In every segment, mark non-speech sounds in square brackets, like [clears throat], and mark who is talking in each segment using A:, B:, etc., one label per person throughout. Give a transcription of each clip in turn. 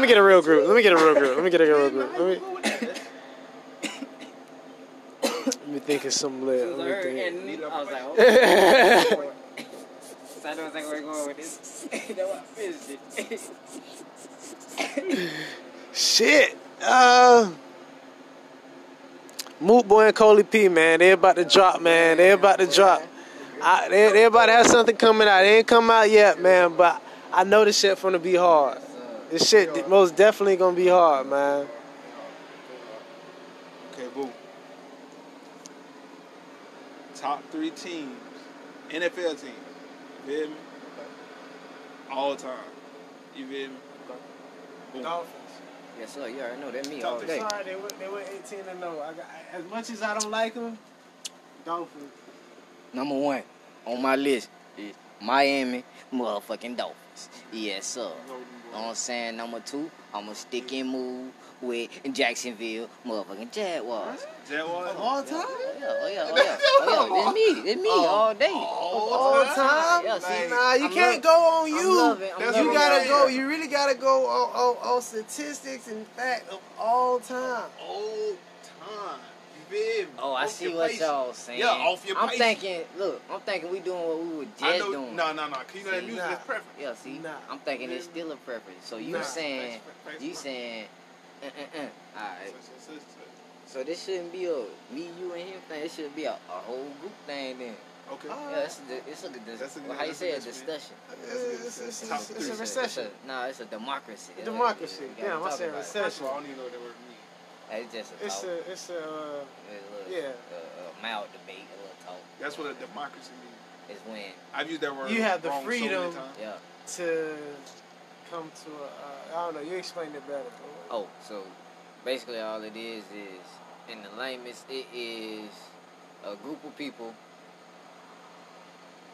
A: me get a real group. Let me get a real group. Let me get a real group. Let me, let me think of some lit.
B: So her
A: Let me think.
B: and I was like, oh,
A: yeah,
B: [laughs] so I don't think we're going with this. [laughs] that was [laughs] finished it.
A: Shit. Uh, Moot Boy and Coley P, man. They about to drop, man. They about to drop. I, they, they about to have something coming out. They ain't come out yet, man. But I know this shit finna be hard. This shit most definitely gonna be hard, man.
C: Okay, boo. Top three teams, NFL teams, you feel me? All time, you feel me? Boom.
B: yes, sir. You already know that me
C: Talk
B: all
C: to
B: day.
A: Sorry, they went, they went 18 and 0. I got, as much as I don't like them, Dolphins.
B: Number one on my list is Miami motherfucking Dolphins. Yes, sir. Know what I'm saying? Number two, I'ma stick and move with Jacksonville motherfucking Jaguars.
C: Jaguars.
A: time?
B: Oh yeah, oh yeah,
A: [laughs]
B: oh yeah, oh yeah. It's me, it's me all day.
A: All time?
B: Yeah, see,
A: Nah, you
B: I'm
A: can't
B: loving-
A: go on
B: I'm
A: you.
B: loving- I'm
C: That's
A: you
B: loving
C: what
A: gotta
C: I'm
A: go.
C: saying.
A: You really gotta go on, on, on statistics and fact of all time.
C: All time, you feel me?
B: Oh, I
C: Off
B: see
C: your
B: what
C: face.
B: y'all saying.
C: Yeah, off your
B: I'm
C: pace.
B: thinking, look, I'm thinking we doing what we were just
C: I know.
B: doing.
C: No, no, no. Cause you know that
B: See,
C: music
A: nah.
C: is preference.
B: Yeah, see,
A: Nah.
B: I'm thinking it's still a preference. So you
A: Nah.
B: saying,
C: Preference,
B: you
C: preference.
B: saying, uh, uh, uh. all right.
C: So- so- so- so-
B: So this shouldn't be a me, you, and him thing. It should be a, a whole group thing then.
C: Okay.
A: Oh.
B: Yeah, it's, a, it's a, dis-
C: That's a good-
B: well, how you
C: that's a
B: say a
C: good spin.
B: discussion.
A: It's, it's-
C: Top
A: it's-
C: three.
A: it's a
B: It's
A: recession.
B: It's a, nah, it's a democracy. That's what it
A: Democracy.
B: is. We
A: Damn,
B: gotta
A: I
B: talk
A: said
B: about it.
C: First of all,
A: recession.
C: I don't even know what that word means.
B: It's just a
A: It's
B: talk.
A: a it's a uh,
B: It's a little,
A: yeah.
B: a, a mild debate, a little talk.
C: That's what a democracy means.
B: It's when,
C: I've used that word.
A: You have the
C: wrong So
A: freedom.
C: many times.
B: yeah.
A: to come to a. Uh, I don't know. You explained it better. bro.
B: Oh, so basically all it is is, in the lamest, it is a group of people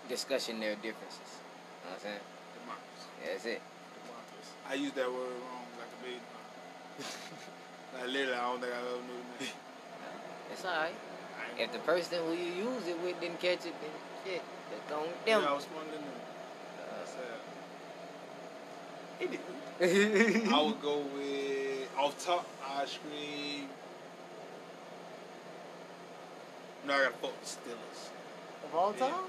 B: discussing their differences. You know what I'm saying?
C: Democracy.
B: That's it.
C: Democracy. I used that word wrong like a baby.
A: [laughs]
C: like literally, I don't think I ever knew the meaning.
B: It's alright.
C: I ain't
B: If the
C: gonna-
B: person who you use it with didn't catch it, then shit, that's on
C: Yeah,
B: them.
C: I was smarter than them. That's sad. I
B: Uh,
A: Oh.
C: would go with off top ice cream. No, I gotta fuck with Steelers.
A: of all time?
B: [laughs]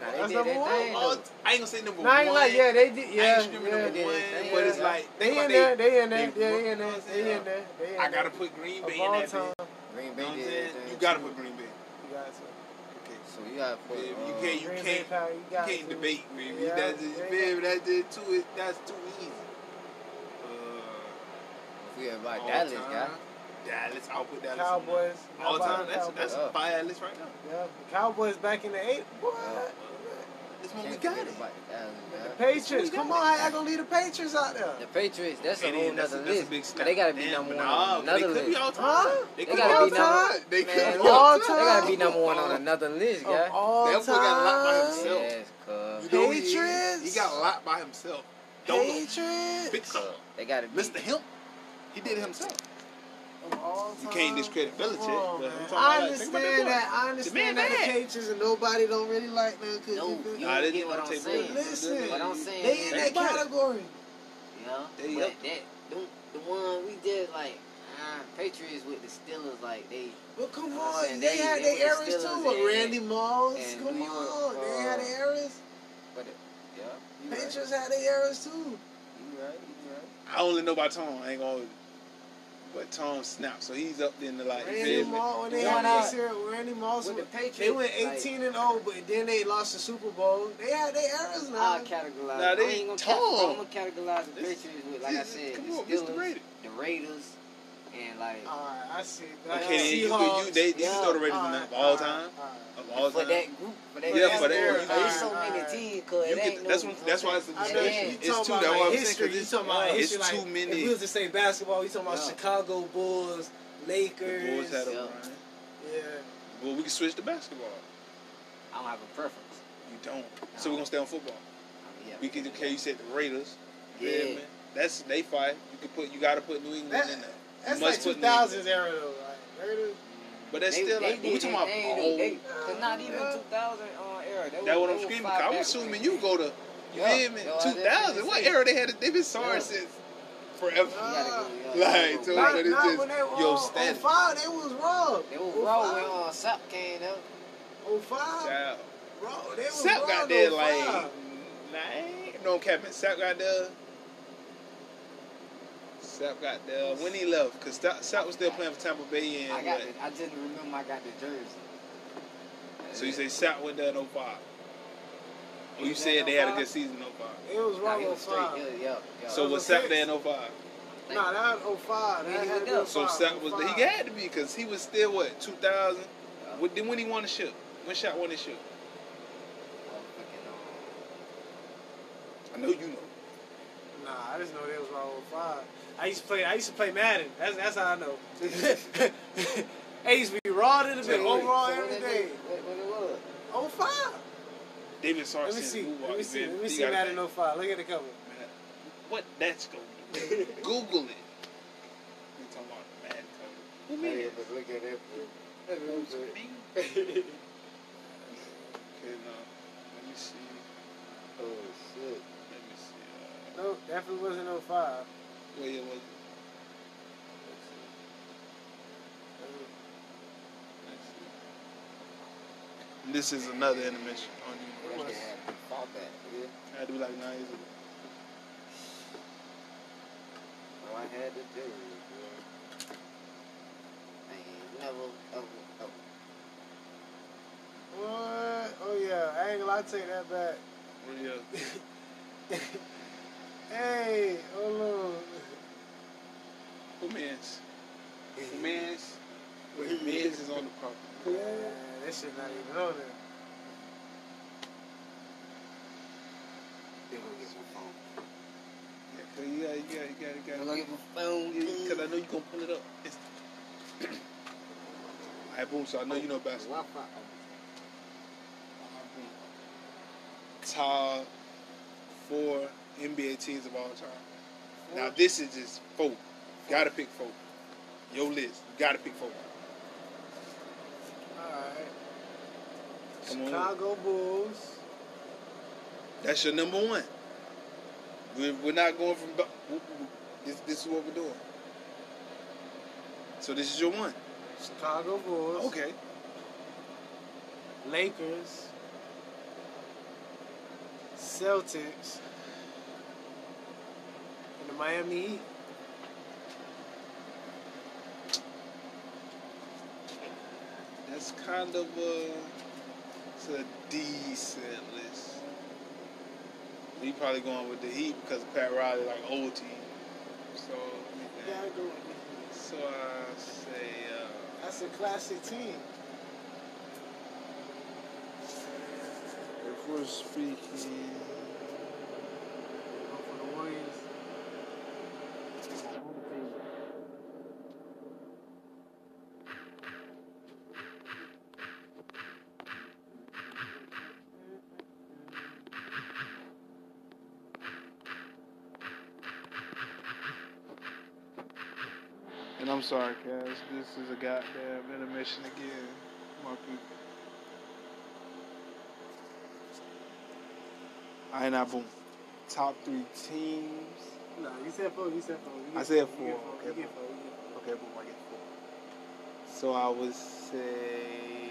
B: Nah,
A: That's
B: they did
A: number
B: their
A: one?
B: thing.
C: All-
B: though.
C: I ain't gonna say number
A: Nah, I
C: one.
A: ain't like yeah. They did
C: I
A: yeah.
C: ain't screaming
A: yeah.
C: number one,
B: yeah.
C: but it's
B: Yeah.
C: like
A: They
C: but
A: in there. They in
C: they
A: there. Yeah, they in
C: working
A: there.
C: us
A: They in
C: out.
A: there. They in
C: I
A: there.
C: gotta put Green Bay
A: Of
C: in
A: all
C: that bitch.
A: time.
B: Green
C: You
B: Bay
C: know what I'm
B: did
C: saying?
B: their thing
C: You gotta
B: too.
C: put Green Bay.
A: You got to.
C: Okay.
B: So you gotta put.
C: Yeah, you
B: uh,
C: can't- you
A: Green Bay Power, you got
C: You can't
A: to.
C: debate, baby.
A: Yeah,
C: That's just,
A: yeah.
C: baby, that's just too that's too easy.
B: if we
C: Uh,
B: invite
C: all
B: Dallas,
C: time.
B: guy.
C: Dallas, I'll put Dallas. in there.
A: Cowboys.
C: All
A: How about
C: time.
A: the
C: That's
A: Cowboys?
C: that's a
B: Cowboys.
C: fire list right now.
A: Yeah, the Cowboys back in the eight. Boy,
C: That's when we
B: Can't
C: got
B: forget
C: it.
B: about the Dallas,
A: the
B: guy.
A: Patriots. Come on, I gonna leave the Patriots out there.
B: The Patriots, that's a
C: It
B: whole
C: is. That's
B: nother
C: that's
B: list.
C: big
B: but they gotta be
C: step.
B: number
C: Damn,
B: one
C: nah,
B: on
C: but
B: another
C: They could be
B: list.
C: all time.
A: Huh?
C: They
B: They
C: could
B: gotta
C: be
B: be
C: all time.
B: number-
C: They
B: Man,
C: could be
A: all
C: all
B: They
A: time.
B: gotta be number one on another list, guy.
A: Of all
C: That boy got locked by
A: time.
C: himself.
B: Yes, cuz.
C: You know who he is?
A: Patriots?
C: He got locked by himself. Don't
A: Patriots.
C: fix him.
B: They gotta be.
C: Mr. Hemp. He did it himself.
A: Of all
C: You
A: time.
C: can't discredit
A: Come
C: Belichick.
A: on,
C: but
A: man.
C: I'm talking
A: I
C: about, like, think about
A: understand
C: boy.
A: that. I
C: man
A: understand that the
C: bad.
A: Patriots and nobody don't really like them because
B: No, you
C: Nah, they
B: don't get
C: didn't
B: what I'm
C: take
B: saying.
C: Brady.
A: Listen.
B: What I'm saying.
A: they in
B: is-
A: that
C: They bad.
A: category.
B: Yeah,
C: They
B: but
C: up.
B: that them- the one we did like uh, Patriots with the Steelers, like they
A: But come
B: I'm
A: on,
B: saying
A: they,
B: they-
A: had
B: they
A: their
B: were
A: errors
B: the
A: too.
B: Steelers
A: With
B: and-
A: Randy Moss,
B: and
A: come
B: we were,
A: on, they had
B: uh,
A: their errors.
B: but it, yeah. You right.
A: Patriots had their errors too.
B: You right. You right.
C: I only know about Tom. I ain't gonna. But Tom snapped, so he's up in the like.
A: Randy
C: feel me?
A: Moss, when they
B: Why
A: had
B: not?
A: their serious, Randy Moss,
B: With the
A: went-
B: Patriots,
A: they went
B: like-
A: 18 and 0, but then they lost the Super Bowl. They had their errors now.
B: I'll categorize.
C: Nah, they
B: I ain't gonna
C: tall.
B: I'm gonna categorize the
C: This-
B: Patriots with, like I
C: this-
B: said, the
C: come on, Mr.
B: Steelers,
C: Brady.
B: the Raiders, and like.
C: Ah,
A: All right, I see. Like,
C: Okay, then you,
A: Seahawks.
C: you, you, they, you
B: Yeah.
C: throw the Raiders in
A: All
C: there
A: right,
C: of all
A: right,
C: time.
A: all right.
C: Of all
B: for
C: time.
B: that group, for that
C: Yeah,
B: group.
C: for that
A: group.
B: There's so many
A: Alright.
B: teams, cause
C: You
B: it ain't
C: get,
B: no.
C: that's one, that's why it's,
A: I
B: Yeah.
A: know
B: Yeah.
A: you
C: it's, it's too.
A: talking
C: That's
A: about like
C: why I'm saying, 'cause
A: history. You
C: it's-
A: talking about
C: it's
A: history.
C: too
A: like,
C: many.
A: If we was to say basketball, you talking about
B: Yeah.
A: Chicago Bulls,
C: The
A: Lakers.
C: Bulls had a
B: Yeah.
C: run.
A: yeah.
C: Well, we can switch to basketball.
B: I don't have a preference.
C: You don't. So we're gonna stay on football.
B: I mean, yeah,
C: We can.
B: do
C: Okay, you said the Raiders. You feel
B: Yeah.
C: me? That's they fight. You could put. You gotta put New England
A: That-
C: in there.
A: That's
C: must
A: like
C: put
A: 2000s era though. Like, Raiders-
C: But that's still like. But we talking about old.
B: Because not even 2000 on era. That was-
C: That's what I'm
B: that was
C: screaming.
B: five
C: I'm
B: back
C: assuming
B: when-
C: you go to. You
B: Yeah.
C: feel me?
B: No, I
C: 2000.
B: definitely
C: What
B: see.
C: era they had? They been sorry
B: Yeah.
C: since. forever.
B: gotta go, yeah.
C: [laughs] Like, so
A: Not,
C: but it's
A: not
C: just
A: when they were
C: your
A: on, on
C: status.
A: five, they was raw.
B: They was raw when uh, Sup came though.
A: On five,
C: Child.
A: raw. They was
C: Sap
A: raw
C: got
A: on
C: there like
A: five.
C: nine. No, Captain Sap got there. Sap got there when he left because Sap was still playing for Tampa Bay
B: I
C: and
B: got.
C: what?
B: The, I just remember I got the jersey.
C: So you say Sap went there in 05. Or you said they had
A: oh
C: a good season in 05.
A: It was
B: Nah,
A: raw
B: he
A: on
B: was straight.
A: five.
B: Yeah, yeah, yeah.
C: So was Sap there in 05?
A: Nah, that was on five.
B: Yeah,
A: That
B: he
A: had
B: was
A: to be
B: there.
C: So
A: five,
C: Sap
A: on
C: was there. He
A: five.
C: had to be because he was still what 2000. When then when he won the ship? When Shaq won the ship?
B: uh,
C: I know you know.
A: Nah, I just know they was raw on five. I used to play. I used to play Madden. That's that's how I know. [laughs] it used to be raw to the bit, overall every day.
B: What, what it was?
A: On five.
C: David
A: Let me
C: Sarson.
A: see.
C: who
A: Let me
C: walked
A: see.
C: in,
A: Let me
C: he
A: see
C: got a
A: Madden
C: thing.
A: 05. Look at the cover.
C: What that's going
A: [laughs]
C: to do? Google it. You talking about Madden uh, cover? Who made it?
B: but look at that.
C: Me? Okay, now let me see.
B: oh shit.
C: Let me see.
A: No, definitely wasn't 05.
C: Uh, where it was? Let's see. This is another intermission on
B: We
C: you.
B: should have to fall back, yeah.
C: I had to be like nine years ago.
B: No, I had the jersey, bro. I ain't never, ever, ever.
A: What? Oh yeah, I ain't gonna lie, take that back.
C: Where you at?
A: Hey, hold on.
C: Who mans? Who mans? Who mans is on the property.
A: Yeah, that shit not even on there.
B: They gonna get my phone.
C: Yeah, cause you gotta, you gotta, you
B: They
C: gotta, you
B: gonna
C: gotta.
B: get my phone.
C: Because I know you gonna pull it up. It's... [clears throat] All right, boom. So I know you know basketball.
B: Wi-Fi.
C: top four NBA teams of all time. Now this is just four. Gotta pick four. Your list. Gotta pick four.
A: Alright.
C: Come on.
A: Chicago Bulls.
C: That's your number one. We're, we're not going from. bu- w- w- This, this is what we're doing. So this is your one.
A: Chicago Bulls.
C: Okay.
A: Lakers. Celtics. And the Miami Heat.
C: That's kind of a. It's a decent list. We probably going with the Heat because Pat Riley like old team. So. we think-
A: Gotta go with
C: So I say,
A: the-
C: uh,
A: That's a classic team.
C: if we're speaking,
A: Go for the Warriors.
C: and I'm sorry, guys, this is a goddamn intermission again, my people. I ain't not boom. Top three teams.
A: No, you said four. You said four. You
C: I
A: get-
C: said
A: you
C: four,
A: get You
C: okay.
A: get four. you get
C: Okay, boom, I get four. So I would say